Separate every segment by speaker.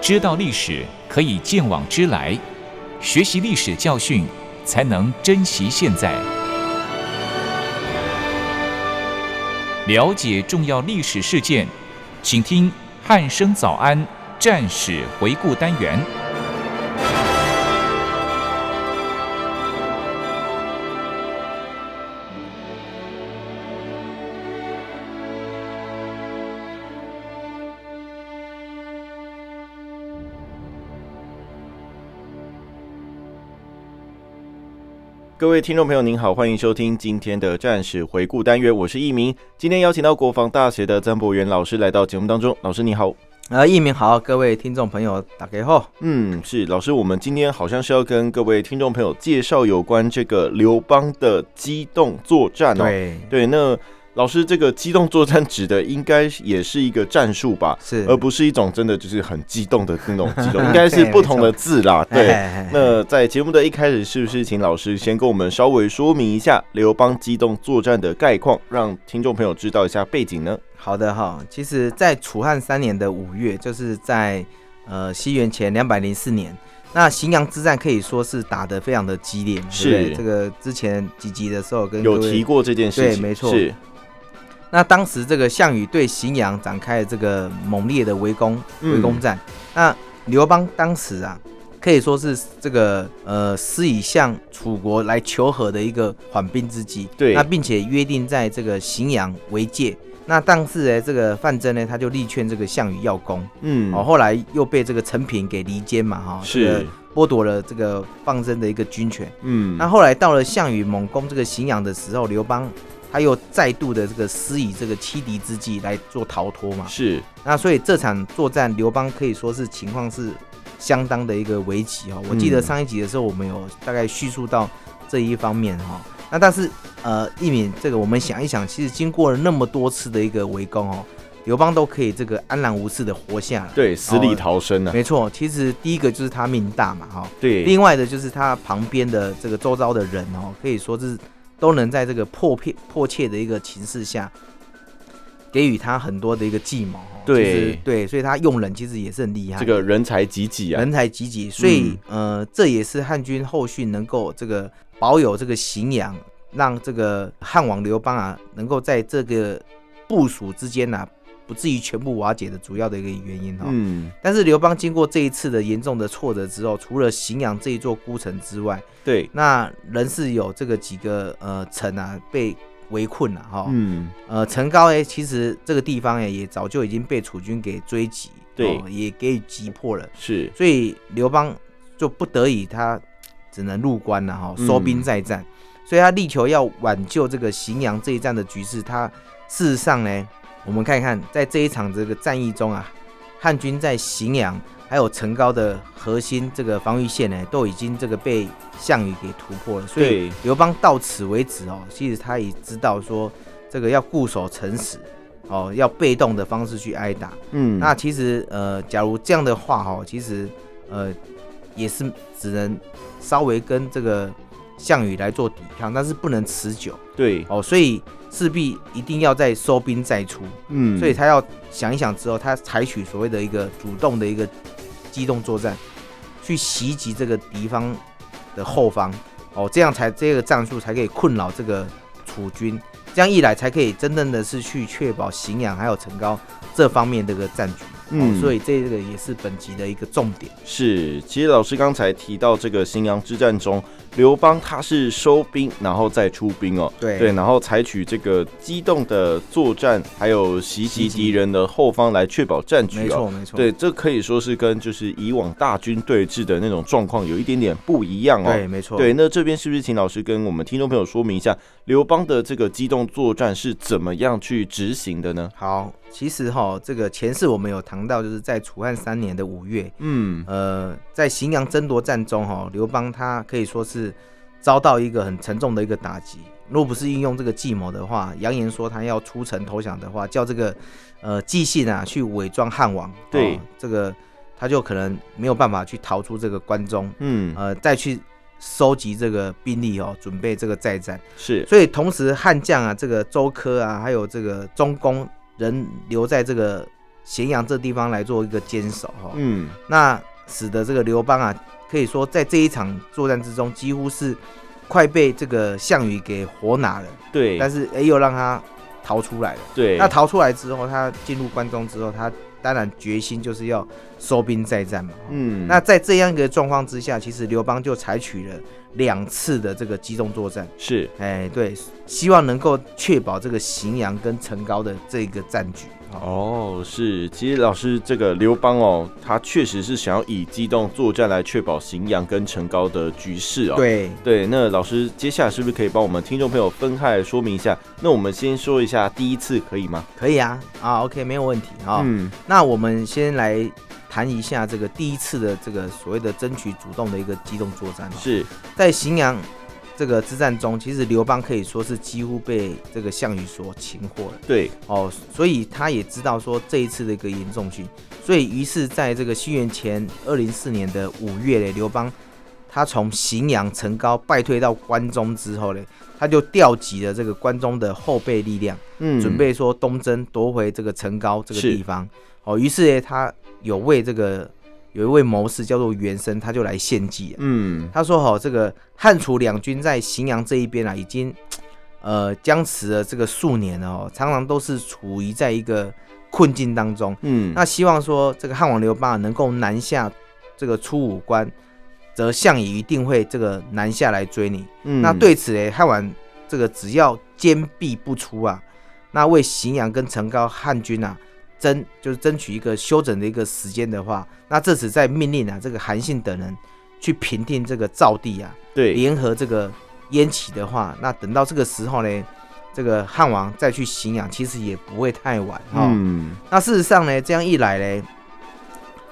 Speaker 1: 知道历史可以鉴往知来，学习历史教训，才能珍惜现在。了解重要历史事件，请听《汉声早安战史回顾》单元。
Speaker 2: 各位听众朋友，您好，欢迎收听今天的战史回顾单元，我是一鸣。今天邀请到国防大学的张博元老师来到节目当中，老师你好。
Speaker 3: 呃，一鸣好，各位听众朋友，打开后，
Speaker 2: 嗯，是老师，我们今天好像是要跟各位听众朋友介绍有关这个刘邦的机动作战哦。
Speaker 3: 对，
Speaker 2: 对，那老师这个机动作战指的应该也是一个战术吧，
Speaker 3: 是，
Speaker 2: 而不是一种真的就是很激动的那种激 动，应该是不同的字啦。
Speaker 3: 哎
Speaker 2: 对，
Speaker 3: 哎哎
Speaker 2: 那在节目的一开始，是不是请老师先跟我们稍微说明一下刘邦机动作战的概况，让听众朋友知道一下背景呢？
Speaker 3: 好的哈，其实，在楚汉三年的五月，就是在呃西元前两百零四年，那荥阳之战可以说是打得非常的激烈，
Speaker 2: 是
Speaker 3: 对不对这个之前几集的时候跟
Speaker 2: 有
Speaker 3: 各位
Speaker 2: 提过这件事情，
Speaker 3: 嗯对没错
Speaker 2: 是
Speaker 3: 那当时这个项羽对荥阳展开了这个猛烈的围攻
Speaker 2: 嗯
Speaker 3: 围攻战，那刘邦当时啊，可以说是这个呃施以向楚国来求和的一个缓兵之计。
Speaker 2: 对
Speaker 3: 那并且约定在这个荥阳为界。那当时呢，这个范增呢，他就力劝这个项羽要攻，
Speaker 2: 嗯，
Speaker 3: 哦，后来又被这个陈平给离间嘛，哈、这个
Speaker 2: 是，
Speaker 3: 剥夺了这个范增的一个军权。
Speaker 2: 嗯，
Speaker 3: 那后来到了项羽猛攻这个荥阳的时候，刘邦他又再度的这个施以这个欺敌之计来做逃脱嘛。
Speaker 2: 是，
Speaker 3: 那所以这场作战，刘邦可以说是情况是相当的一个危急哦。我记得
Speaker 2: 嗯
Speaker 3: 上一集的时候，我们有大概叙述到这一方面哈、哦。那但是呃，一敏这个我们想一想，其实经过了那么多次的一个围攻哦，刘邦都可以这个安然无事的活下来。
Speaker 2: 对，死里逃生啊，
Speaker 3: 没错，其实第一个就是他命大嘛哈、哦。
Speaker 2: 对，
Speaker 3: 另外的就是他旁边的这个周遭的人哦，可以说是都能在这个迫切迫切的一个情势下，给予他很多的一个计谋、哦。
Speaker 2: 对
Speaker 3: 就是对，所以他用人其实也是很厉害，
Speaker 2: 这个嗯人才济济啊，
Speaker 3: 人才济济，所以、呃，这也是汉军后续能够这个保有这个荥阳，让这个汉王刘邦啊，能够在这个部署之间啊，不至于全部瓦解的主要的一个原因哦。
Speaker 2: 嗯，
Speaker 3: 但是刘邦经过这一次的严重的挫折之后，除了荥阳这一座孤城之外，
Speaker 2: 对，
Speaker 3: 那仍是有这个几个呃城啊被围困了、哈。
Speaker 2: 嗯，
Speaker 3: 呃，陈高哎，其实这个地方哎也早就已经被楚军给追击，
Speaker 2: 对
Speaker 3: 哦也给予击破了，
Speaker 2: 是，
Speaker 3: 所以刘邦就不得已他只能入关了哈、
Speaker 2: 嗯
Speaker 3: 收兵再战。所以他力求要挽救这个荥阳这一战的局势，他事实上呢，我们看一看，在这一场这个战役中啊，汉军在荥阳还有陈高的核心这个防御线呢，都已经这个被项羽给突破了。所以
Speaker 2: 对
Speaker 3: 刘邦到此为止哦，其实他也知道说这个要固守城池，哦，要被动的方式去挨打。
Speaker 2: 嗯，
Speaker 3: 那其实呃，假如这样的话哈，其实呃也是只能稍微跟这个项羽来做抵抗，但是不能持久
Speaker 2: 对，
Speaker 3: 哦，所以势必一定要再收兵再出，
Speaker 2: 嗯，
Speaker 3: 所以他要想一想之后，他采取所谓的一个主动的一个机动作战，去袭击这个敌方的后方哦，这样才这个战术才可以困扰这个楚军。这样一来，才可以真正的是去确保荥阳还有陈高这方面的一个战局。
Speaker 2: 嗯
Speaker 3: 哦，所以这个也是本集的一个重点。
Speaker 2: 是，其实老师刚才提到这个荥阳之战中，刘邦他是收兵，然后再出兵哦。
Speaker 3: 对
Speaker 2: 对，然后采取这个机动的作战，还有袭击
Speaker 3: 袭击
Speaker 2: 敌人的后方来确保战局哦。
Speaker 3: 没错，没错。
Speaker 2: 对，这可以说是跟就是以往大军对峙的那种状况有一点点不一样哦。
Speaker 3: 对，没错。
Speaker 2: 对，那这边是不是请老师跟我们听众朋友说明一下刘邦的这个机动作战是怎么样去执行的呢？
Speaker 3: 好，其实哈，这个前世我们有谈到，就是在楚汉三年的五月，
Speaker 2: 嗯，
Speaker 3: 呃，在荥阳争夺战中哈，刘邦他可以说是遭到一个很沉重的一个打击。若不是运用这个计谋的话，扬言说他要出城投降的话，叫这个呃纪信啊去伪装汉王，
Speaker 2: 对
Speaker 3: 哦这个他就可能没有办法去逃出这个关中，
Speaker 2: 嗯，
Speaker 3: 呃，再去收集这个兵力哦，准备这个再战。
Speaker 2: 是，
Speaker 3: 所以同时汉将啊，这个周科啊，还有这个中公仍留在这个咸阳这地方来做一个坚守哈、哦
Speaker 2: 嗯，
Speaker 3: 那使得这个刘邦啊，可以说在这一场作战之中，几乎是快被这个项羽给活拿了，
Speaker 2: 对，
Speaker 3: 但
Speaker 2: 是
Speaker 3: 是哎又让他逃出来了。
Speaker 2: 对，
Speaker 3: 那逃出来之后，他进入关中之后，他当然决心就是要收兵再战嘛。
Speaker 2: 嗯，
Speaker 3: 那在这样一个状况之下，其实刘邦就采取了两次的这个机动作战，
Speaker 2: 是
Speaker 3: 哎，对，希望能够确保这个荥阳跟成皋的这个战局。哦，
Speaker 2: 哦，是，其实老师这个刘邦哦，他确实是想要以机动作战来确保荥阳跟成皋的局势哦。
Speaker 3: 对，
Speaker 2: 对，那老师接下来是不是可以帮我们听众朋友分开来说明一下？那我们先说一下第一次可以吗？
Speaker 3: 可以啊，啊，OK，没有问题啊。
Speaker 2: 嗯，
Speaker 3: 那我们先来谈一下这个第一次的这个所谓的争取主动的一个机动作战、哦。
Speaker 2: 是，
Speaker 3: 在荥阳这个之战中，其实刘邦可以说是几乎被这个项羽所擒获了
Speaker 2: 对，
Speaker 3: 哦，所以他也知道说这一次的一个严重性，所以于是在这个西元前二零四年的五月嘞，刘邦他从荥阳成皋败退到关中之后嘞，他就调集了这个关中的后备力量。
Speaker 2: 嗯
Speaker 3: 准备说东征夺回这个成皋这个
Speaker 2: 是
Speaker 3: 地方。哦，于是呢，他有位这个有一位谋士叫做袁生，他就来献计、啊。
Speaker 2: 嗯，
Speaker 3: 他说：“哦，这个汉楚两军在荥阳这一边啊，已经呃僵持了这个数年了哦，常常都是处于在一个困境当中。
Speaker 2: 嗯，
Speaker 3: 那希望说这个汉王刘邦啊能够南下这个出武关，则项羽一定会这个南下来追你。
Speaker 2: 嗯
Speaker 3: 那对此嘞，汉王这个只要坚壁不出啊，那为荥阳跟成皋汉军啊争就是争取一个休整的一个时间的话，那这次再命令啊这个韩信等人去平定这个赵地啊，
Speaker 2: 对，
Speaker 3: 联合这个燕齐的话，那等到这个时候呢，这个汉王再去荥阳，其实也不会太晚哈、
Speaker 2: 嗯，
Speaker 3: 那事实上呢，这样一来呢，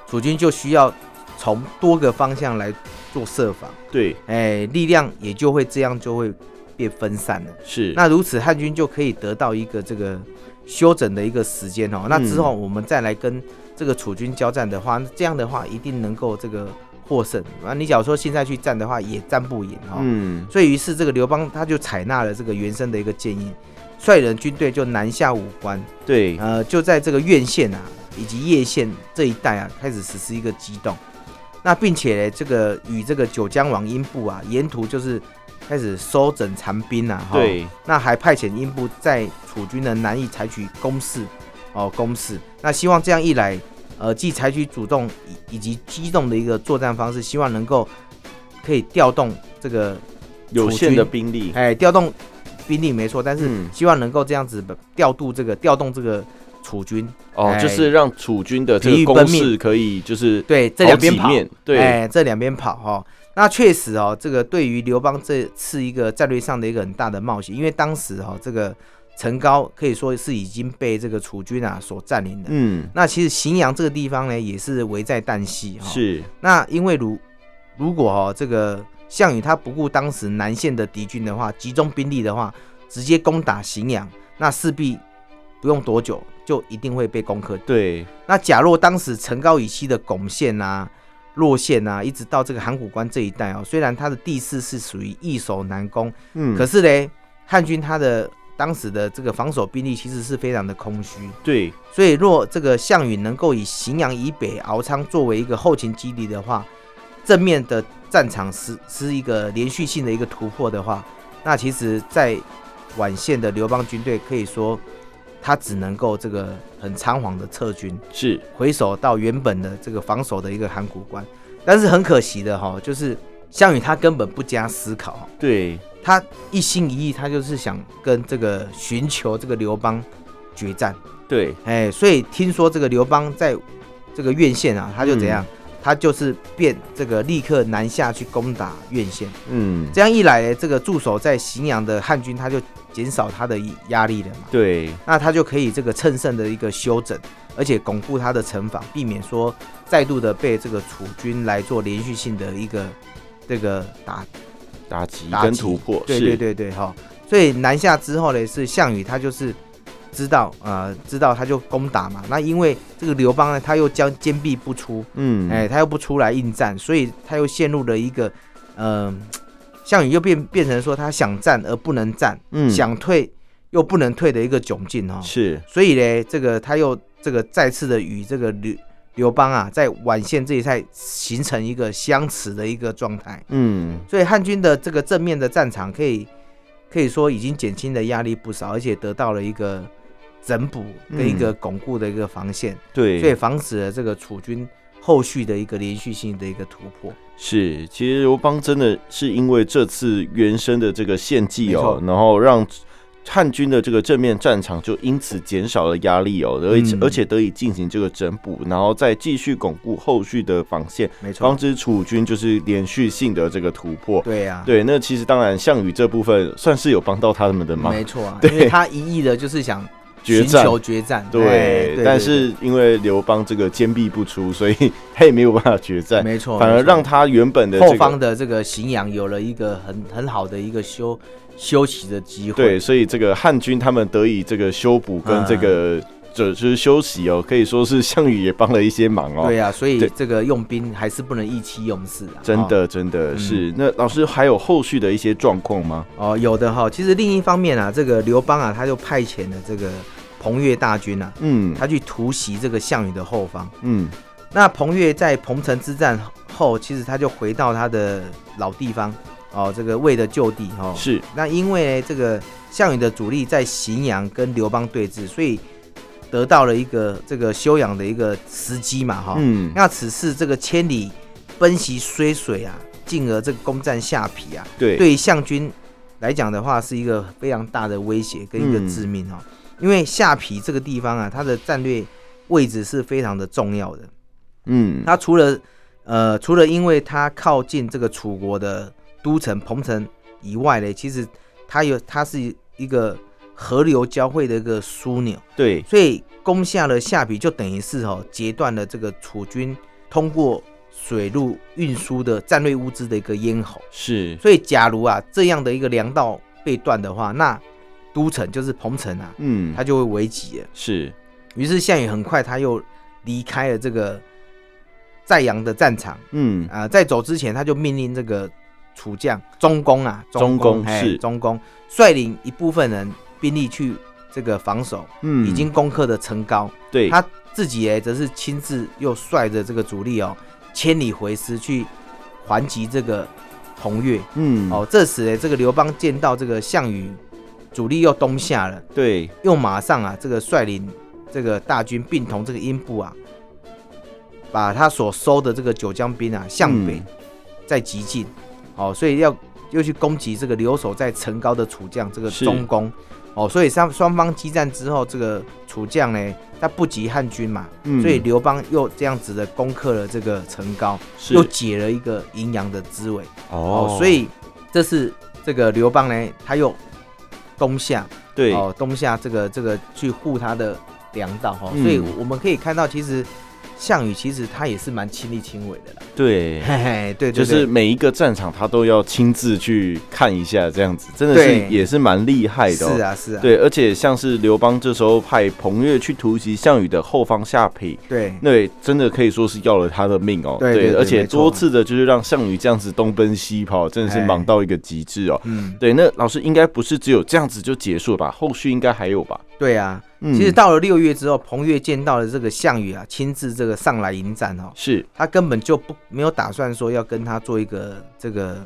Speaker 3: 楚军就需要从多个方向来做设防。
Speaker 2: 对，
Speaker 3: 哎，力量也就会这样就会变分散了。
Speaker 2: 是，
Speaker 3: 那如此汉军就可以得到一个这个休整的一个时间哦。那之后我们再来跟这个楚军交战的话，这样的话一定能够这个获胜。啊，你假如说现在去战的话，也战不赢哦。
Speaker 2: 嗯，
Speaker 3: 所以于是这个刘邦他就采纳了这个袁生的一个建议，率领军队就南下武关，
Speaker 2: 对，
Speaker 3: 呃，就在这个苑县啊以及叶县这一带啊，开始实施一个机动。那并且呢，这个与这个九江王英布啊，沿途就是开始收整残兵啊，哈。
Speaker 2: 对，
Speaker 3: 那还派遣英布在楚军的南翼采取攻势，哦，攻势。那希望这样一来，呃，既采取主动以以及机动的一个作战方式，希望能够可以调动这个
Speaker 2: 有
Speaker 3: 楚
Speaker 2: 限的
Speaker 3: 军
Speaker 2: 兵力，
Speaker 3: 哎，调动兵力没错，但是
Speaker 2: 嗯
Speaker 3: 希望能够这样子调度这个调动这个楚军，
Speaker 2: 哦，就
Speaker 3: 哎
Speaker 2: 是让楚军的这
Speaker 3: 疲
Speaker 2: 个
Speaker 3: 于
Speaker 2: 攻
Speaker 3: 奔
Speaker 2: 势
Speaker 3: 命
Speaker 2: 可以就是
Speaker 3: 对，这
Speaker 2: 好
Speaker 3: 两边
Speaker 2: 几
Speaker 3: 跑，
Speaker 2: 面对，
Speaker 3: 哎，这两边跑哈、哦。那确实哦，这个对于刘邦这次一个战略上的一个很大的冒险，因为当时哈、哦、这个成皋可以说是已经被这个楚军啊所占领的。
Speaker 2: 嗯，
Speaker 3: 那其实荥阳这个地方呢，也是危在旦夕哈、。
Speaker 2: 是，
Speaker 3: 那因为如如果哦这个项羽他不顾当时南线的敌军的话，集中兵力的话，直接攻打荥阳，那势必不用多久就一定会被攻克。
Speaker 2: 对，
Speaker 3: 那假若当时陈高以西的巩县啊、洛县啊，一直到这个函谷关这一带哦，虽然它的地势是属于易守难攻，
Speaker 2: 嗯，
Speaker 3: 可是嘞，汉军他的当时的这个防守兵力其实是非常的空虚。
Speaker 2: 对，
Speaker 3: 所以，若这个项羽能够以荥阳以北敖仓作为一个后勤基地的话，正面的战场是是一个连续性的一个突破的话，那其实，在宛县的刘邦军队可以说，他只能够这个很仓皇的撤军，
Speaker 2: 是，
Speaker 3: 回首到原本的这个防守的一个函谷关。但是很可惜的哈、就是项羽他根本不加思考哦，
Speaker 2: 对，
Speaker 3: 他一心一意，他就是想跟这个寻求这个刘邦决战。
Speaker 2: 对，
Speaker 3: 哎，所以听说这个刘邦在这个苑县啊，他就怎样？他就是便这个立刻南下去攻打苑县，
Speaker 2: 嗯，
Speaker 3: 这样一来，这个驻守在荥阳的汉军他就减少他的压力了嘛，
Speaker 2: 对，
Speaker 3: 那他就可以这个乘胜的一个休整，而且巩固他的城防，避免说再度的被这个楚军来做连续性的一个这个打
Speaker 2: 打击
Speaker 3: 打
Speaker 2: 跟
Speaker 3: 击
Speaker 2: 突破，
Speaker 3: 对
Speaker 2: 是
Speaker 3: 对对对，哈。所以南下之后呢，是项羽他就是知道呃知道他就攻打嘛。那因为这个刘邦呢，他又将坚壁不出，
Speaker 2: 嗯，
Speaker 3: 哎、他又不出来应战，所以他又陷入了一个嗯、呃项羽又变变成说他想战而不能战，
Speaker 2: 嗯，
Speaker 3: 想退又不能退的一个窘境哈、哦。
Speaker 2: 是，
Speaker 3: 所以呢，这个他又这个再次的与这个刘刘邦啊，在宛县这一带形成一个相持的一个状态。
Speaker 2: 嗯，
Speaker 3: 所以汉军的这个正面的战场可以可以说已经减轻了压力不少，而且得到了一个整补跟一个巩固的一个防线，所以
Speaker 2: 嗯对，
Speaker 3: 防止了这个楚军后续的一个连续性的一个突破。
Speaker 2: 是。其实刘邦真的是因为这次原生的这个献祭哦
Speaker 3: 没，
Speaker 2: 然后让汉军的这个正面战场就因此减少了压力哦，而且、
Speaker 3: 嗯
Speaker 2: 而且得以进行这个整补，然后再继续巩固后续的防线，
Speaker 3: 没错
Speaker 2: 防，止楚军就是连续性的这个突破。
Speaker 3: 对呀、啊，
Speaker 2: 对，那其实当然项羽这部分算是有帮到他们的忙，
Speaker 3: 没错啊，
Speaker 2: 对
Speaker 3: 因为他一意的就是想
Speaker 2: 决
Speaker 3: 寻
Speaker 2: 战。
Speaker 3: 求决战，哎
Speaker 2: 对，但是因为刘邦这个坚壁不出，所以 他也没有办法决战，
Speaker 3: 没错，
Speaker 2: 反而
Speaker 3: 没错
Speaker 2: 让他原本的
Speaker 3: 后
Speaker 2: 这
Speaker 3: 方
Speaker 2: 个
Speaker 3: 的这个荥阳有了一个很很好的一个休休息的机会，
Speaker 2: 对，所以这个汉军他们得以这个修补跟
Speaker 3: 嗯
Speaker 2: 这个这就是休息哦，可以说是项羽也帮了一些忙哦。
Speaker 3: 对啊，所以
Speaker 2: 对
Speaker 3: 这个用兵还是不能意气用事啊，
Speaker 2: 真
Speaker 3: 哦
Speaker 2: 的真的是。那老师还有后续的一些状况吗？
Speaker 3: 哦，有的哈、其实另一方面啊，这个刘邦啊，他就派遣了这个彭越大军啊，
Speaker 2: 嗯
Speaker 3: 他去突袭这个项羽的后方。
Speaker 2: 嗯，
Speaker 3: 那彭越在彭城之战后，其实他就回到他的老地方哦，这个魏的旧地哦。
Speaker 2: 是
Speaker 3: 那因为呢，这个项羽的主力在荥阳跟刘邦对峙，所以得到了一个这个休养的一个时机嘛哈、
Speaker 2: 嗯
Speaker 3: 那此次这个千里奔袭睢水啊，进而这个攻占下邳啊，
Speaker 2: 对
Speaker 3: 对于项军来讲的话，是一个非常大的威胁跟一个致命哦。
Speaker 2: 嗯
Speaker 3: 因为下邳这个地方啊，它的战略位置是非常的重要的。
Speaker 2: 嗯
Speaker 3: 它除了呃，除了因为它靠近这个楚国的都城彭城以外呢，其实它有它是一个河流交汇的一个枢纽，
Speaker 2: 对
Speaker 3: 所以攻下了下邳，就等于是哦截断了这个楚军通过水路运输的战略物资的一个咽喉。
Speaker 2: 是
Speaker 3: 所以，假如啊这样的一个粮道被断的话，那都城就是彭城啊，
Speaker 2: 嗯
Speaker 3: 它就会危急了。
Speaker 2: 是
Speaker 3: 于是项羽很快他又离开了这个载阳的战场
Speaker 2: 嗯
Speaker 3: 啊、在走之前他就命令这个楚将中公啊，
Speaker 2: 中公
Speaker 3: 嘿
Speaker 2: 是
Speaker 3: 中公率领一部分人兵力去这个防守，
Speaker 2: 嗯
Speaker 3: 已经攻克的城高，
Speaker 2: 对
Speaker 3: 他自己哎则是亲自又率着这个主力哦千里回师去还击这个红月。
Speaker 2: 嗯
Speaker 3: 哦，这时呢，这个刘邦见到这个项羽主力又东下了，
Speaker 2: 对
Speaker 3: 又马上啊，这个率领这个大军并同这个英布啊，把他所收的这个九江兵啊向北
Speaker 2: 嗯
Speaker 3: 再急进，哦，所以要又去攻击这个留守在城高的楚将这个
Speaker 2: 是
Speaker 3: 中公，哦，所以双双方激战之后，这个楚将呢，他不及汉军嘛，
Speaker 2: 嗯
Speaker 3: 所以刘邦又这样子的攻克了这个城高，
Speaker 2: 是
Speaker 3: 又解了一个荥阳的滋味。哦，所以这是这个刘邦呢，他又东下
Speaker 2: 对
Speaker 3: 哦，东下这个这个去护他的粮道哈、哦
Speaker 2: 嗯
Speaker 3: 所以我们可以看到，其实项羽其实他也是蛮亲力亲为的 啦。
Speaker 2: 对。
Speaker 3: 嘿嘿，对对对，
Speaker 2: 就是每一个战场，他都要亲自去看一下，这样子真的是
Speaker 3: 对
Speaker 2: 也是蛮厉害的、哦。
Speaker 3: 是啊是啊，
Speaker 2: 对，而且像是刘邦这时候派彭越去突袭项羽的后方下邳，
Speaker 3: 对
Speaker 2: 那真的可以说是要了他的命哦。
Speaker 3: 对对对
Speaker 2: 而且
Speaker 3: 没错哎
Speaker 2: 多次的就是让项羽这样子东奔西跑，真的是忙到一个极致哦。
Speaker 3: 嗯
Speaker 2: 对，那老师应该不是只有这样子就结束了吧？后续应该还有吧？
Speaker 3: 对啊。
Speaker 2: 嗯
Speaker 3: 其实到了六月之后，彭越见到了这个项羽啊，亲自这个上来迎战哦，
Speaker 2: 是
Speaker 3: 他根本就不没有打算说要跟他做一个这个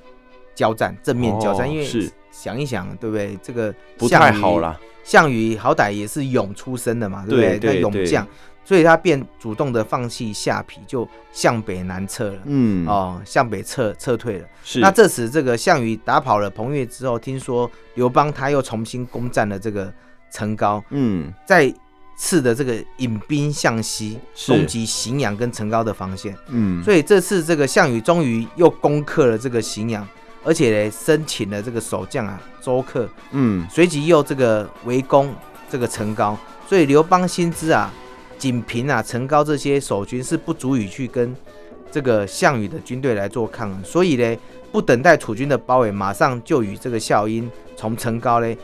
Speaker 3: 交战，正面交战，
Speaker 2: 哦
Speaker 3: 因为
Speaker 2: 是
Speaker 3: 想一想，对不对？这个
Speaker 2: 不太
Speaker 3: 项羽
Speaker 2: 好啦。
Speaker 3: 项羽好歹也是勇出身的嘛，对不
Speaker 2: 对
Speaker 3: 对？
Speaker 2: 对
Speaker 3: 那勇将，所以他便主动的放弃下邳，就向北南撤了。
Speaker 2: 嗯，
Speaker 3: 哦，向北撤撤退了。
Speaker 2: 是
Speaker 3: 那这时，这个项羽打跑了彭越之后，听说刘邦他又重新攻占了这个城高，
Speaker 2: 嗯
Speaker 3: 再次的这个引兵向西，
Speaker 2: 是
Speaker 3: 攻击荥阳跟城高的防线。
Speaker 2: 嗯，
Speaker 3: 所以这次这个项羽终于又攻克了这个荥阳，而且呢，申请了这个守将啊周克，
Speaker 2: 嗯
Speaker 3: 随即又这个围攻这个陈高，所以刘邦心知啊，仅凭啊陈高这些守军是不足以去跟这个项羽的军队来做抗衡，所以呢，不等待楚军的包围，马上就与这个孝英从陈高嘞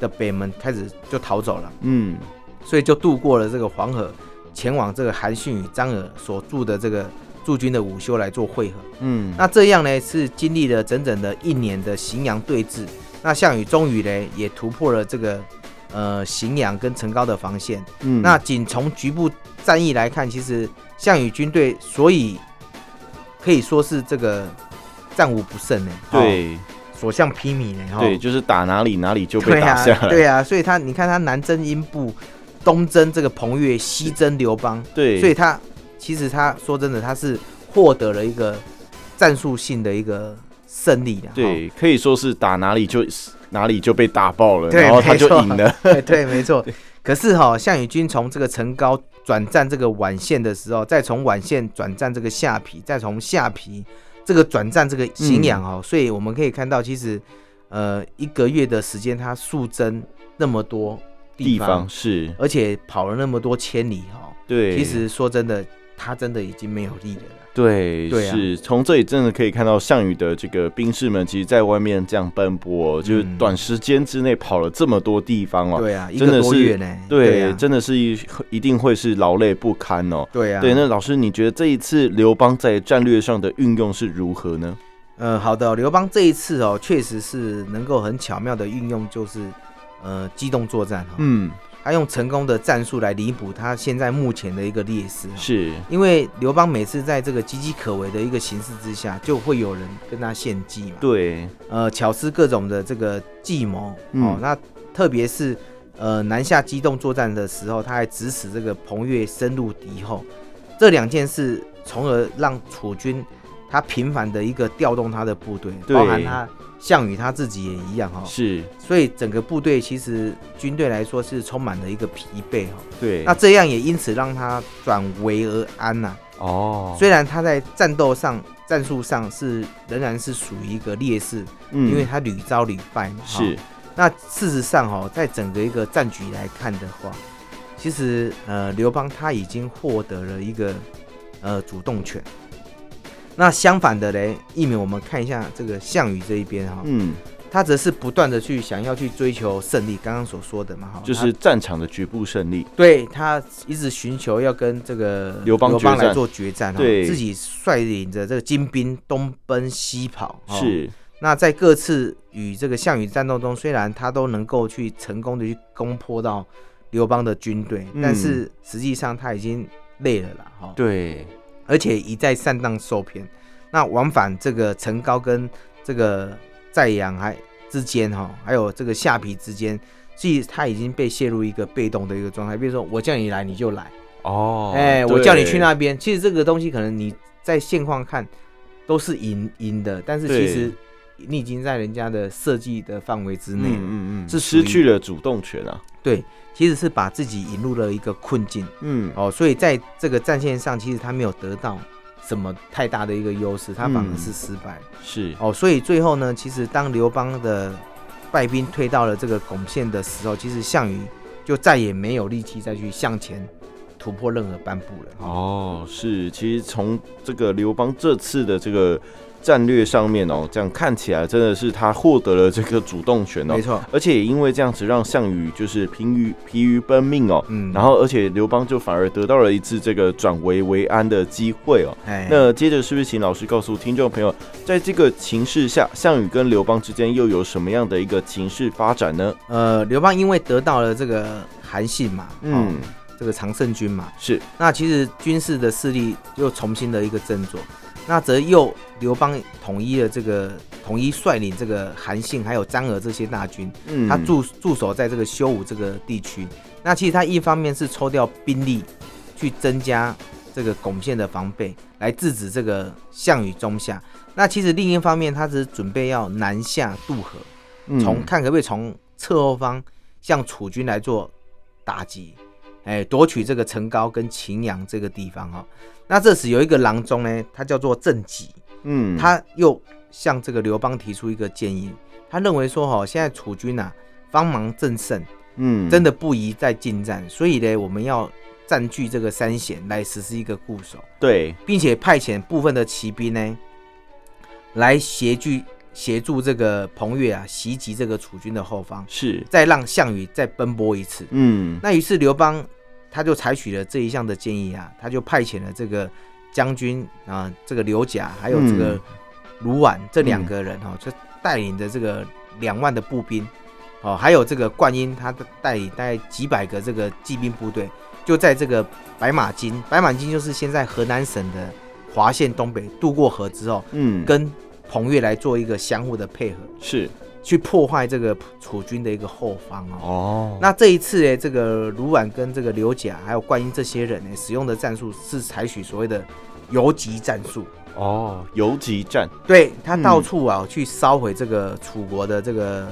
Speaker 3: 的北门开始就逃走了，
Speaker 2: 嗯
Speaker 3: 所以就渡过了这个黄河，前往这个韩信与张耳所驻的这个驻军的午休来做会合。
Speaker 2: 嗯，
Speaker 3: 那这样呢，是经历了整整的一年的荥阳对峙，那项羽终于呢也突破了这个呃荥阳跟陈高的防线。
Speaker 2: 嗯，
Speaker 3: 那仅从局部战役来看，其实项羽军队所以可以说是这个战无不胜呢，哦，
Speaker 2: 对
Speaker 3: 所向披靡呢，哈，哦
Speaker 2: 对，就是打哪里哪里就被
Speaker 3: 对
Speaker 2: 打
Speaker 3: 啊
Speaker 2: 下，来，
Speaker 3: 对啊，所以他你看他南征英布，东征这个彭越，西征刘邦，
Speaker 2: 对，
Speaker 3: 所以他其实他说真的，他是获得了一个战术性的一个胜利的，啊哈
Speaker 2: 对，可以说是打哪里就哪里就被打爆了，
Speaker 3: 对
Speaker 2: 然后他就
Speaker 3: 没错
Speaker 2: 赢了。
Speaker 3: 对 对，没错。可是哈、项羽军从这个陈高转战这个宛县的时候，再从宛县转战这个下邳，再从下邳这个转战这个荥阳
Speaker 2: 嗯
Speaker 3: 哦，所以我们可以看到，其实呃一个月的时间，他速征那么多
Speaker 2: 地
Speaker 3: 地方，
Speaker 2: 方是，
Speaker 3: 而且跑了那么多千里哈、
Speaker 2: 对，
Speaker 3: 其实说真的，他真的已经没有力了啦。
Speaker 2: 对，
Speaker 3: 对啊
Speaker 2: 是从这里真的可以看到项羽的这个兵士们，其实在外面这样奔波哦、就是
Speaker 3: 嗯
Speaker 2: 短时间之内跑了这么多地方哦。
Speaker 3: 对啊，一
Speaker 2: 真的
Speaker 3: 个多
Speaker 2: 是
Speaker 3: 月呢。
Speaker 2: 对，
Speaker 3: 对啊，
Speaker 2: 真的是一一定会是劳累不堪哦。
Speaker 3: 对啊，
Speaker 2: 对，那老师，你觉得这一次刘邦在战略上的运用是如何呢？
Speaker 3: 呃，好的、刘邦这一次哦，确实是能够很巧妙的运用，就是呃机动作战哈、
Speaker 2: 嗯，
Speaker 3: 他用成功的战术来弥补他现在目前的一个劣势、哦。
Speaker 2: 是，
Speaker 3: 因为刘邦每次在这个岌岌可危的一个形势之下，就会有人跟他献计嘛，
Speaker 2: 对，
Speaker 3: 呃，巧思各种的这个计谋、哦
Speaker 2: 嗯。
Speaker 3: 那特别是呃南下机动作战的时候，他还指使这个彭越深入敌后，这两件事，从而让楚军他频繁的一个调动他的部队，
Speaker 2: 对
Speaker 3: 包含他项羽他自己也一样哈、哦。
Speaker 2: 是，
Speaker 3: 所以整个部队其实军队来说是充满了一个疲惫哈、
Speaker 2: 对
Speaker 3: 那，这样也因此让他转危而安呐、
Speaker 2: 哦，
Speaker 3: 虽然他在战斗上、战术上是仍然是属于一个劣势，
Speaker 2: 嗯
Speaker 3: 因为他屡招屡败嘛。哈
Speaker 2: 是，
Speaker 3: 那事实上哦，在整个一个战局来看的话，其实呃，刘邦他已经获得了一个呃主动权。那相反的嘞，一鸣我们看一下这个项羽这一边哈、
Speaker 2: 嗯，
Speaker 3: 他则是不断的去想要去追求胜利，刚刚所说的嘛哈，
Speaker 2: 就是战场的局部胜利，
Speaker 3: 对他一直寻求要跟这个
Speaker 2: 刘邦决战
Speaker 3: 来做决战，哈
Speaker 2: 对
Speaker 3: 自己率领着这个精兵东奔西跑。哦
Speaker 2: 是，
Speaker 3: 那在各次与这个项羽战斗中，虽然他都能够去成功的去攻破到刘邦的军队，
Speaker 2: 嗯
Speaker 3: 但是实际上他已经累了啦，哈、
Speaker 2: 对，
Speaker 3: 而且一再上当受骗。那往返这个陈高跟这个载阳还之间哈，还有这个下邳之间，其实他已经被陷入一个被动的一个状态。比如说，我叫你来你就来，
Speaker 2: 哦，
Speaker 3: 哎、我叫你去
Speaker 2: 对
Speaker 3: 那边。其实这个东西可能你在现况看都是赢赢的，但是
Speaker 2: 对
Speaker 3: 其实你已经在人家的设计的范围之内了，
Speaker 2: 嗯嗯嗯，
Speaker 3: 是属
Speaker 2: 失
Speaker 3: 于
Speaker 2: 去了主动权啊。
Speaker 3: 对，其实是把自己引入了一个困境。
Speaker 2: 嗯，
Speaker 3: 哦，所以在这个战线上，其实他没有得到什么太大的一个优势，他反而
Speaker 2: 嗯
Speaker 3: 是失败。
Speaker 2: 是
Speaker 3: 哦，所以最后呢，其实当刘邦的败兵退到了这个巩县的时候，其实项羽就再也没有力气再去向前突破任何半步了。哦，
Speaker 2: 哦，是。其实从这个刘邦这次的这个战略上面哦，这样看起来真的是他获得了这个主动权哦
Speaker 3: 没，错，
Speaker 2: 而且也因为这样子让项羽就是疲于疲于奔命哦。
Speaker 3: 嗯，
Speaker 2: 然后，而且刘邦就反而得到了一次这个转危为安的机会哦。
Speaker 3: 哎，
Speaker 2: 那接着是不是请老师告诉听众朋友，在这个情势下，项羽跟刘邦之间又有什么样的一个情势发展呢？
Speaker 3: 呃，刘邦因为得到了这个韩信嘛，
Speaker 2: 嗯
Speaker 3: 嗯，，这个常胜军嘛，
Speaker 2: 是
Speaker 3: 那其实军事的势力又重新的一个振作，那则又刘邦统一了这个统一率领这个韩信还有张耳这些大军，
Speaker 2: 嗯
Speaker 3: 他驻驻守在这个修武这个地区。那其实他一方面是抽调兵力去增加这个巩县的防备，来制止这个项羽中下。那其实另一方面，他只是准备要南下渡河，
Speaker 2: 嗯
Speaker 3: 从看可不可以从侧后方向楚军来做打击，哎，夺取这个陈高跟秦阳这个地方哈、哦。那这时有一个郎中呢，他叫做郑己，
Speaker 2: 嗯
Speaker 3: 他又向这个刘邦提出一个建议，他认为说哈、现在楚军啊帮忙正盛，
Speaker 2: 嗯
Speaker 3: 真的不宜再进战，所以呢，我们要占据这个三险来实施一个固守，
Speaker 2: 对，
Speaker 3: 并且派遣部分的骑兵呢来协助协助这个彭越啊袭击这个楚军的后方。
Speaker 2: 是，
Speaker 3: 再让项羽再奔波一次。
Speaker 2: 嗯，
Speaker 3: 那于是刘邦他就采取了这一项的建议啊，他就派遣了这个将军啊、这个刘贾还有这个
Speaker 2: 嗯
Speaker 3: 卢绾这两个人哈、哦，就带领着这个两万的步兵哦，还有这个灌婴，他带领大概几百个这个骑兵部队，就在这个白马津，白马津就是现在河南省的滑县东北，渡过河之后，
Speaker 2: 嗯，
Speaker 3: 跟彭越来做一个相互的配合，
Speaker 2: 是
Speaker 3: 去破坏这个楚军的一个后方哦。
Speaker 2: 哦
Speaker 3: 那这一次哎诶，这个卢绾跟这个刘贾还有灌婴这些人呢，哎使用的战术是采取所谓的游击战术，
Speaker 2: 哦，游击战
Speaker 3: 对他到
Speaker 2: 嗯
Speaker 3: 处啊、去烧毁这个楚国的这个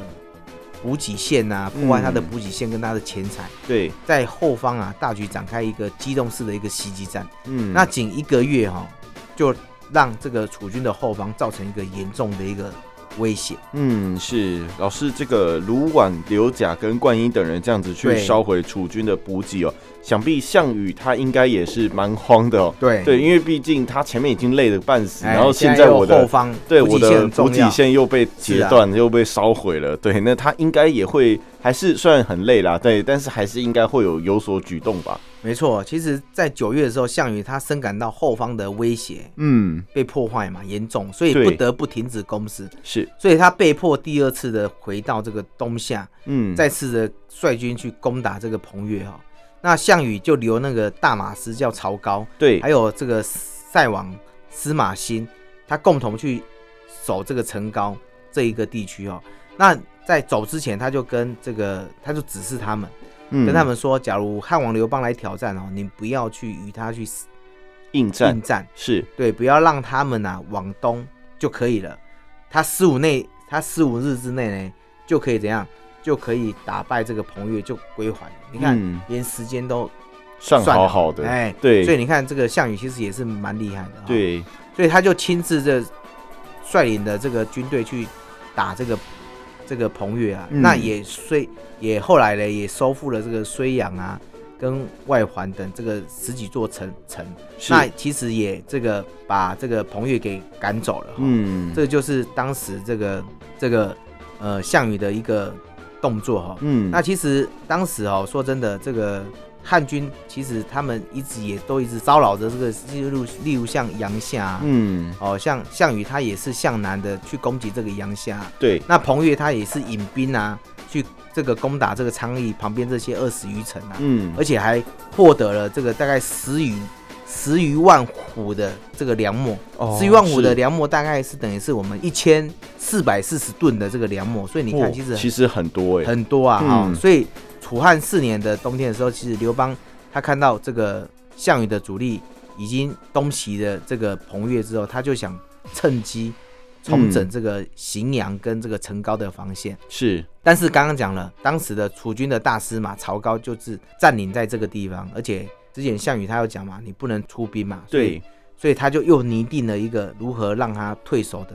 Speaker 3: 补给线呐、破坏他的
Speaker 2: 嗯
Speaker 3: 补给线跟他的钱财，
Speaker 2: 对，
Speaker 3: 在后方啊大举展开一个机动式的一个袭击战。
Speaker 2: 嗯，
Speaker 3: 那仅一个月哈、就让这个楚军的后方造成一个严重的一个威胁。
Speaker 2: 嗯是老师这个卢绾、刘贾跟灌婴等人这样子去
Speaker 3: 对
Speaker 2: 烧毁楚军的补给哦，想必项羽他应该也是蛮慌的哦。
Speaker 3: 对
Speaker 2: 对，因为毕竟他前面已经累得半死，
Speaker 3: 哎
Speaker 2: 然后
Speaker 3: 现
Speaker 2: 在
Speaker 3: 又
Speaker 2: 我的
Speaker 3: 后方
Speaker 2: 对
Speaker 3: 补
Speaker 2: 我
Speaker 3: 给线
Speaker 2: 的
Speaker 3: 很
Speaker 2: 补
Speaker 3: 重
Speaker 2: 给
Speaker 3: 要，啊
Speaker 2: 线又被截断，又被烧毁了。对，那他应该也会，还是虽然很累啦，对，但是还是应该会有有所举动吧。
Speaker 3: 没错。其实，在九月的时候，项羽他深感到后方的威胁
Speaker 2: 嗯，
Speaker 3: 被破坏嘛严重，所以
Speaker 2: 对
Speaker 3: 不得不停止攻势，
Speaker 2: 是，
Speaker 3: 所以他被迫第二次的回到这个东夏，
Speaker 2: 嗯，
Speaker 3: 再次的率军去攻打这个彭越哈、那项羽就留那个大马士叫曹高，
Speaker 2: 对
Speaker 3: 还，有这个塞王司马欣，他共同去守这个城高这一个地区哦。那在走之前，他就跟这个，他就指示他们，
Speaker 2: 嗯
Speaker 3: 跟他们说，假如汉王刘邦来挑战哦，你不要去与他去应
Speaker 2: 应战
Speaker 3: 战，
Speaker 2: 是，
Speaker 3: 对，不要让他们啊往东就可以了。他十五内，他十五日之内呢，就可以怎样，就可以打败这个彭越，就归还了。你看，
Speaker 2: 嗯
Speaker 3: 连时间都
Speaker 2: 算
Speaker 3: 算
Speaker 2: 好
Speaker 3: 好
Speaker 2: 好的，
Speaker 3: 哎，
Speaker 2: 对
Speaker 3: 所以你看这个项羽其实也是蛮厉害的、哦，。
Speaker 2: 对，
Speaker 3: 所以他就亲自这率领的这个军队去打这个这个彭越啊，
Speaker 2: 嗯
Speaker 3: 那也虽也后来呢也收复了这个睢阳啊跟外环等这个十几座城城，
Speaker 2: 是，
Speaker 3: 那其实也这个把这个彭越给赶走了、嗯，
Speaker 2: 嗯，
Speaker 3: 这就是当时这个这个呃项羽的一个动作哈、
Speaker 2: 嗯，
Speaker 3: 那其实当时哦，说真的，这个汉军其实他们一直也都一直骚扰着这个，例如例如像杨夏、啊，
Speaker 2: 嗯，
Speaker 3: 哦，像项羽他也是向南的去攻击这个阳夏，
Speaker 2: 对，
Speaker 3: 那彭越他也是引兵啊，去这个攻打这个昌邑旁边这些二十余城啊，
Speaker 2: 嗯，
Speaker 3: 而且还获得了这个大概十余十余万虎的这个粮秣，
Speaker 2: 哦
Speaker 3: 十余万虎的
Speaker 2: 是
Speaker 3: 粮秣大概是等于是我们一千四百四十吨的这个粮秣，所以你
Speaker 2: 哦
Speaker 3: 看其实很
Speaker 2: 其实很多哎，
Speaker 3: 很多啊哈、
Speaker 2: 嗯
Speaker 3: 所以楚汉四年的冬天的时候，其实刘邦他看到这个项羽的主力已经东袭的这个彭越之后，他就想趁机重整
Speaker 2: 嗯
Speaker 3: 这个荥阳跟这个城高的防线。
Speaker 2: 是，
Speaker 3: 但是刚刚讲了，当时的楚军的大司马曹高就是占领在这个地方，而且之前项羽他有讲嘛，你不能出兵嘛，所以
Speaker 2: 对，，
Speaker 3: 所以他就又拟定了一个如何让他退守的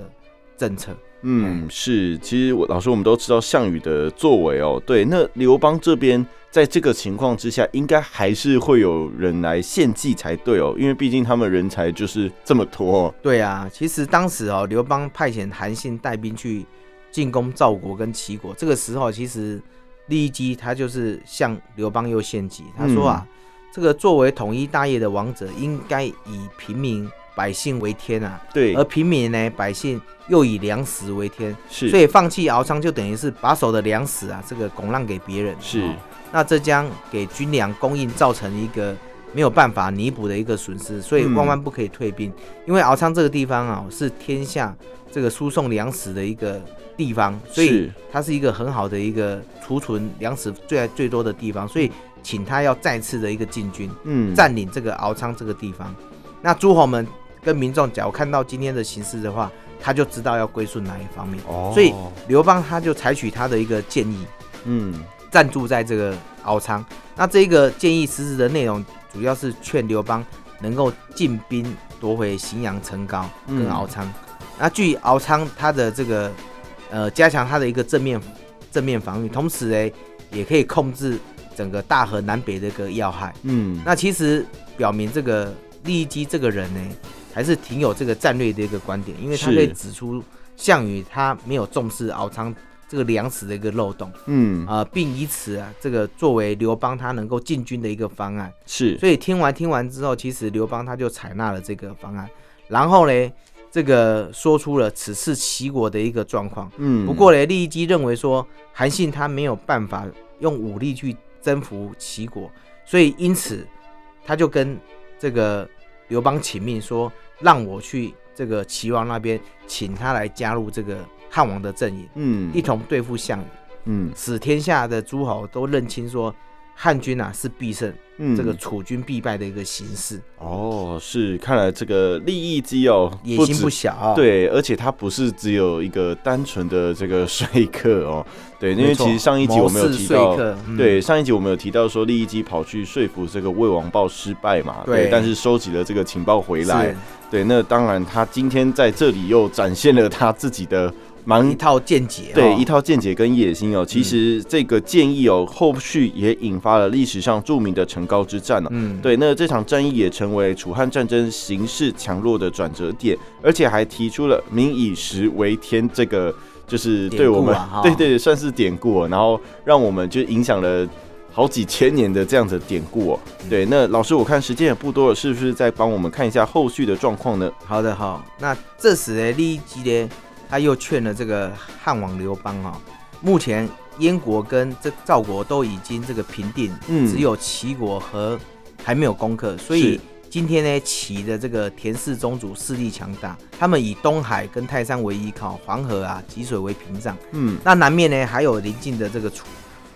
Speaker 3: 政策。
Speaker 2: 嗯，是，其实我老师我们都知道项羽的作为哦，对，那刘邦这边在这个情况之下，应该还是会有人来献计才对哦，因为毕竟他们人才就是这么多、哦，
Speaker 3: 对啊，其实当时哦，刘邦派遣韩信带兵去进攻赵国跟齐国，这个时候其实骊姬他就是向刘邦又献计，他说啊，
Speaker 2: 嗯
Speaker 3: 这个作为统一大业的王者，应该以平民百姓为天啊，
Speaker 2: 对，
Speaker 3: 而平民呢，百姓又以粮食为天，
Speaker 2: 是，
Speaker 3: 所以放弃敖仓就等于是把手的粮食啊，这个拱让给别人，
Speaker 2: 是
Speaker 3: 哦那这将给军粮供应造成一个没有办法弥补的一个损失，所以
Speaker 2: 嗯
Speaker 3: 万万不可以退兵，因为敖仓这个地方啊是天下这个输送粮食的一个地方，所以
Speaker 2: 是
Speaker 3: 它是一个很好的一个储存粮食最最多的地方，所以请他要再次的一个进军，
Speaker 2: 嗯，
Speaker 3: 占领这个敖仓这个地方。那诸侯们跟民众，假如看到今天的形势的话，他就知道要归顺哪一方面。
Speaker 2: 哦
Speaker 3: 所以刘邦他就采取他的一个建议，
Speaker 2: 嗯，
Speaker 3: 暂住在这个敖仓。那这个建议实施的内容，主要是劝刘邦能够进兵夺回荥阳、城高跟
Speaker 2: 嗯
Speaker 3: 敖仓。那据敖仓他的这个呃加强他的一个正面正面防御，同时呢也可以控制整个大河南北的一个要害。
Speaker 2: 嗯，
Speaker 3: 那其实表明这个利基这个人呢，还是挺有这个战略的一个观点，因为他
Speaker 2: 是
Speaker 3: 可以指出项羽他没有重视敖仓这个粮食的一个漏洞
Speaker 2: 嗯，
Speaker 3: 啊、呃并以此啊这个作为刘邦他能够进军的一个方案。
Speaker 2: 是，
Speaker 3: 所以听完听完之后，其实刘邦他就采纳了这个方案，然后呢，这个说出了此次齐国的一个状况。
Speaker 2: 嗯，
Speaker 3: 不过嘞，利益基认为说韩信他没有办法用武力去征服齐国，所以因此他就跟这个刘邦请命说，让我去这个齐王那边，请他来加入这个汉王的阵营，
Speaker 2: 嗯
Speaker 3: 一同对付项羽，
Speaker 2: 嗯
Speaker 3: 使天下的诸侯都认清说汉军啊是必胜，
Speaker 2: 嗯
Speaker 3: 这个楚军必败的一个形势，
Speaker 2: 哦是，看来这个利益机哦
Speaker 3: 野心
Speaker 2: 止
Speaker 3: 不小、啊。
Speaker 2: 对，而且它不是只有一个单纯的这个说客哦，对，因
Speaker 3: 没
Speaker 2: 为
Speaker 3: 错，
Speaker 2: 其实上一集我们有
Speaker 3: 谋士
Speaker 2: 提
Speaker 3: 说
Speaker 2: 到，
Speaker 3: 客，嗯
Speaker 2: 对，上一集我们有提到说利益基跑去说服这个魏王豹失败嘛，对，
Speaker 3: 对
Speaker 2: 但是收集了这个情报回来啊
Speaker 3: 是，
Speaker 2: 对，那当然他今天在这里又展现了他自己的蛮
Speaker 3: 一套见解、
Speaker 2: 对
Speaker 3: 哦嗯
Speaker 2: 一套见解跟野心哦，其实这个建议哦，后续也引发了历史上著名的陈高之战哦。
Speaker 3: 嗯，
Speaker 2: 对，那这场战役也成为楚汉战争形势强弱的转折点，而且还提出了“民以食为天”这个，就是对我们，
Speaker 3: 典故啊哈
Speaker 2: 对对对，算是典故、哦，然后让我们就影响了。好几千年的这样子的典故哦，
Speaker 3: 嗯
Speaker 2: 对，那老师我看时间也不多了，是不是再帮我们看一下后续的状况呢？
Speaker 3: 好的好，那这时呢，利益基呢，他又劝了这个汉王刘邦哈、目前燕国跟这赵国都已经这个平定，
Speaker 2: 嗯
Speaker 3: 只有齐国和还没有攻克，所
Speaker 2: 是
Speaker 3: 以今天呢，齐的这个田氏宗主势力强大，他们以东海跟泰山为依靠，黄河啊、济水为屏障，
Speaker 2: 嗯，
Speaker 3: 那南面呢还有邻近的这个楚，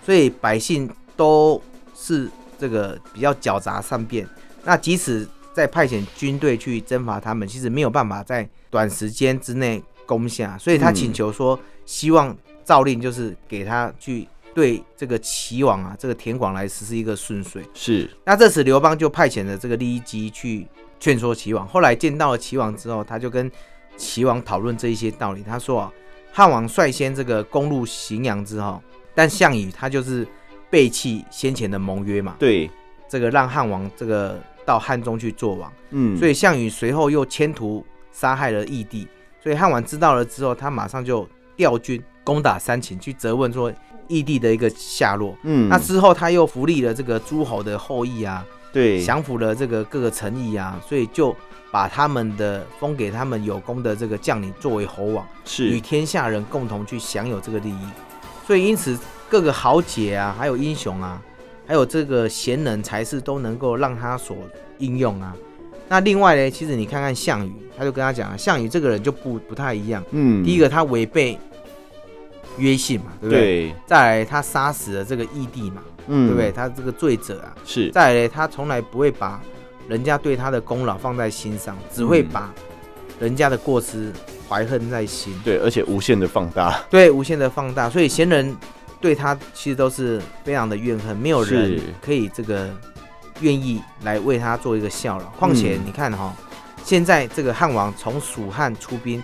Speaker 3: 所以百姓都是这个比较狡杂善变。那即使再派遣军队去征伐他们，其实没有办法在短时间之内攻下，所以他请求说，希望诏令就是给他去对这个齐王啊，这个田广来实施一个顺遂。
Speaker 2: 是，
Speaker 3: 那这时刘邦就派遣了这个利益基去劝说齐王。后来见到了齐王之后，他就跟齐王讨论这一些道理。他说啊，汉王率先这个攻入荥阳之后，但项羽他就是背弃先前的盟约嘛，
Speaker 2: 对，
Speaker 3: 这个让汉王这个到汉中去做王。
Speaker 2: 嗯，
Speaker 3: 所以项羽随后又迁徒杀害了义帝，所以汉王知道了之后，他马上就调军攻打三秦，去责问说义帝的一个下落。
Speaker 2: 嗯，
Speaker 3: 那之后，他又扶立了这个诸侯的后裔啊，
Speaker 2: 对，
Speaker 3: 降服了这个各个城邑啊，所以就把他们的封给他们有功的这个将领作为侯王，与
Speaker 2: 是，
Speaker 3: 天下人共同去享有这个利益。所以因此各个豪杰啊，还有英雄啊，还有这个贤人才士都能够让他所应用啊。那另外呢，其实你看看项羽，他就跟他讲啊，项羽这个人就不不太一样。
Speaker 2: 嗯，
Speaker 3: 第一个，他违背约信嘛，对不对？
Speaker 2: 对，
Speaker 3: 再来，他杀死了这个义帝嘛，
Speaker 2: 嗯，
Speaker 3: 对不对？？他这个罪者啊，
Speaker 2: 是，
Speaker 3: 再来，他从来不会把人家对他的功劳放在心上，只会把
Speaker 2: 嗯
Speaker 3: 人家的过失怀恨在心，
Speaker 2: 对，而且无限的放大，
Speaker 3: 对，无限的放大。所以贤人对他其实都是非常的怨恨，没有人
Speaker 2: 是
Speaker 3: 可以这个愿意来为他做一个效劳。况且
Speaker 2: 嗯
Speaker 3: 你看哈、现在这个汉王从蜀汉出兵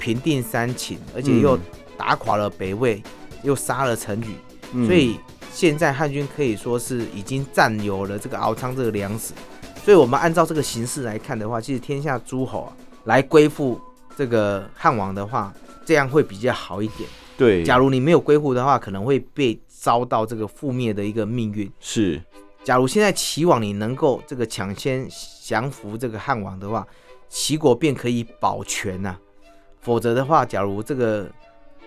Speaker 3: 平定三秦，而且又
Speaker 2: 嗯
Speaker 3: 打垮了北魏，又杀了陈宇，
Speaker 2: 嗯
Speaker 3: 所以现在汉军可以说是已经占有了这个敖仓这个粮食，所以我们按照这个形势来看的话，其实天下诸侯啊来归附这个汉王的话，这样会比较好一点。
Speaker 2: 对，
Speaker 3: 假如你没有归附的话，可能会被遭到这个覆灭的一个命运。
Speaker 2: 是，
Speaker 3: 假如现在齐王你能够这个抢先降服这个汉王的话，齐国便可以保全呐、否则的话，假如这个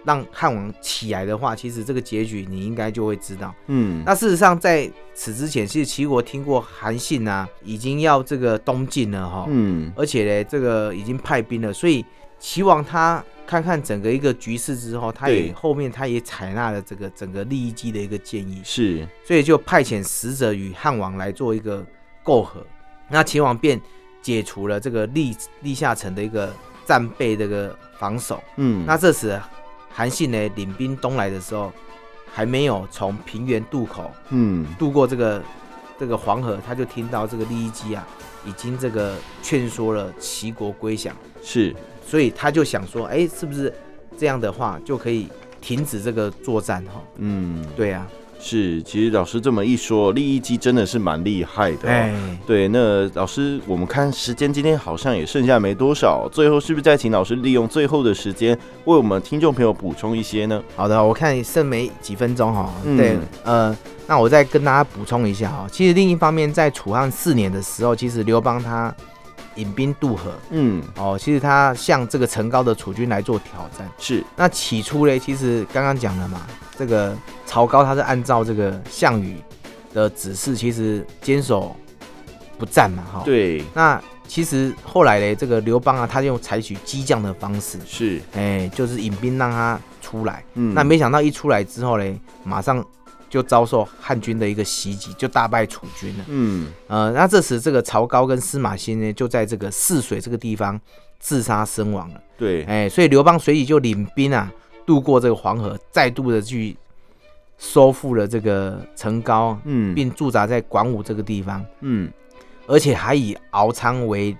Speaker 3: 让汉王起来的话，其实这个结局你应该就会知道。
Speaker 2: 嗯，
Speaker 3: 那事实上，在此之前，其实齐国听过韩信啊，已经要这个东进了哈、
Speaker 2: 嗯，
Speaker 3: 而且呢，这个已经派兵了，所以齐王他看看整个一个局势之后，他
Speaker 2: 对
Speaker 3: 也后面他也采纳了这个整个利益基的一个建议，
Speaker 2: 是，
Speaker 3: 所以就派遣使者与汉王来做一个媾和。那秦王便解除了这个立立下城的一个战备这个防守。
Speaker 2: 嗯，
Speaker 3: 那这时韩信呢领兵东来的时候，还没有从平原渡口
Speaker 2: 嗯，
Speaker 3: 渡过这个这个黄河，他就听到这个利益基啊已经这个劝说了齐国归降，
Speaker 2: 是，
Speaker 3: 所以他就想说，哎，是不是这样的话就可以停止这个作战哈、
Speaker 2: 嗯，
Speaker 3: 对啊，
Speaker 2: 是。其实老师这么一说，利益机真的是蛮厉害的、
Speaker 3: 哎
Speaker 2: 哦。，对，那老师，我们看时间今天好像也剩下没多少，最后是不是再请老师利用最后的时间为我们听众朋友补充一些呢？
Speaker 3: 好的，我看剩没几分钟哈、
Speaker 2: 嗯
Speaker 3: 对，呃，那我再跟大家补充一下哈、其实另一方面，在楚汉四年的时候，其实刘邦他引兵渡河。
Speaker 2: 嗯，
Speaker 3: 哦，其实他向这个陈高的楚军来做挑战。
Speaker 2: 是
Speaker 3: 那起初嘞，其实刚刚讲了嘛，这个曹高他是按照这个项羽的指示，其实坚守不战嘛，哈。。
Speaker 2: 对，
Speaker 3: 那其实后来嘞，这个刘邦啊，他就采取激将的方式，
Speaker 2: 是，
Speaker 3: 哎，就是引兵让他出来。
Speaker 2: 嗯，
Speaker 3: 那没想到一出来之后嘞，马上就遭受汉军的一个袭击，就大败楚军了。
Speaker 2: 嗯，
Speaker 3: 呃，那这时这个曹高跟司马欣呢，就在这个泗水这个地方自杀身亡了。
Speaker 2: 对，
Speaker 3: 哎，所以刘邦随即就领兵啊，渡过这个黄河，再度的去收复了这个成皋，
Speaker 2: 嗯，
Speaker 3: 并驻扎在广武这个地方，
Speaker 2: 嗯，
Speaker 3: 而且还以敖仓为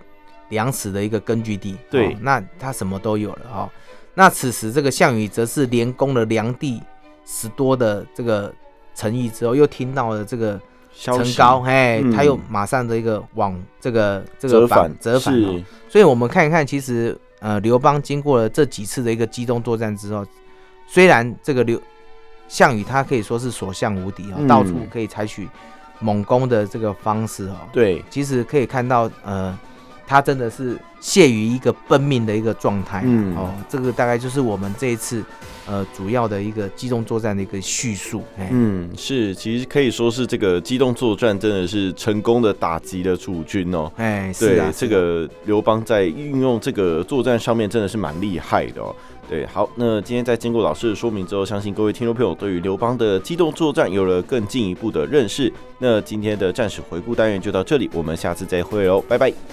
Speaker 3: 粮食的一个根据地。
Speaker 2: 对
Speaker 3: 哦那他什么都有了哦。那此时这个项羽则是连攻了梁地十多的这个城邑之后，又听到了这个
Speaker 2: 消
Speaker 3: 成
Speaker 2: 息
Speaker 3: 皋，哎，
Speaker 2: 嗯
Speaker 3: 他又马上的一个往这个这
Speaker 2: 折
Speaker 3: 个
Speaker 2: 返，
Speaker 3: 折返、哦
Speaker 2: 是，，
Speaker 3: 所以我们看一看，其实呃，刘邦经过了这几次的一个机动作战之后，虽然这个刘项羽他可以说是所向无敌哦，
Speaker 2: 嗯
Speaker 3: 到处可以采取猛攻的这个方式哦，
Speaker 2: 对，
Speaker 3: 其实可以看到呃，他真的是陷于一个奔命的一个状态、
Speaker 2: 嗯
Speaker 3: 哦，这个大概就是我们这一次呃主要的一个机动作战的一个叙述，哎、
Speaker 2: 嗯，是，其实可以说是这个机动作战真的是成功的打击了楚军哦。
Speaker 3: 哎，是
Speaker 2: 对，
Speaker 3: 啊，
Speaker 2: 这个刘邦在运用这个作战上面真的是蛮厉害的哦。对，好，那今天在经过老师的说明之后，相信各位听众朋友对于刘邦的机动作战有了更进一步的认识。那今天的战史回顾单元就到这里，我们下次再会喽，拜拜。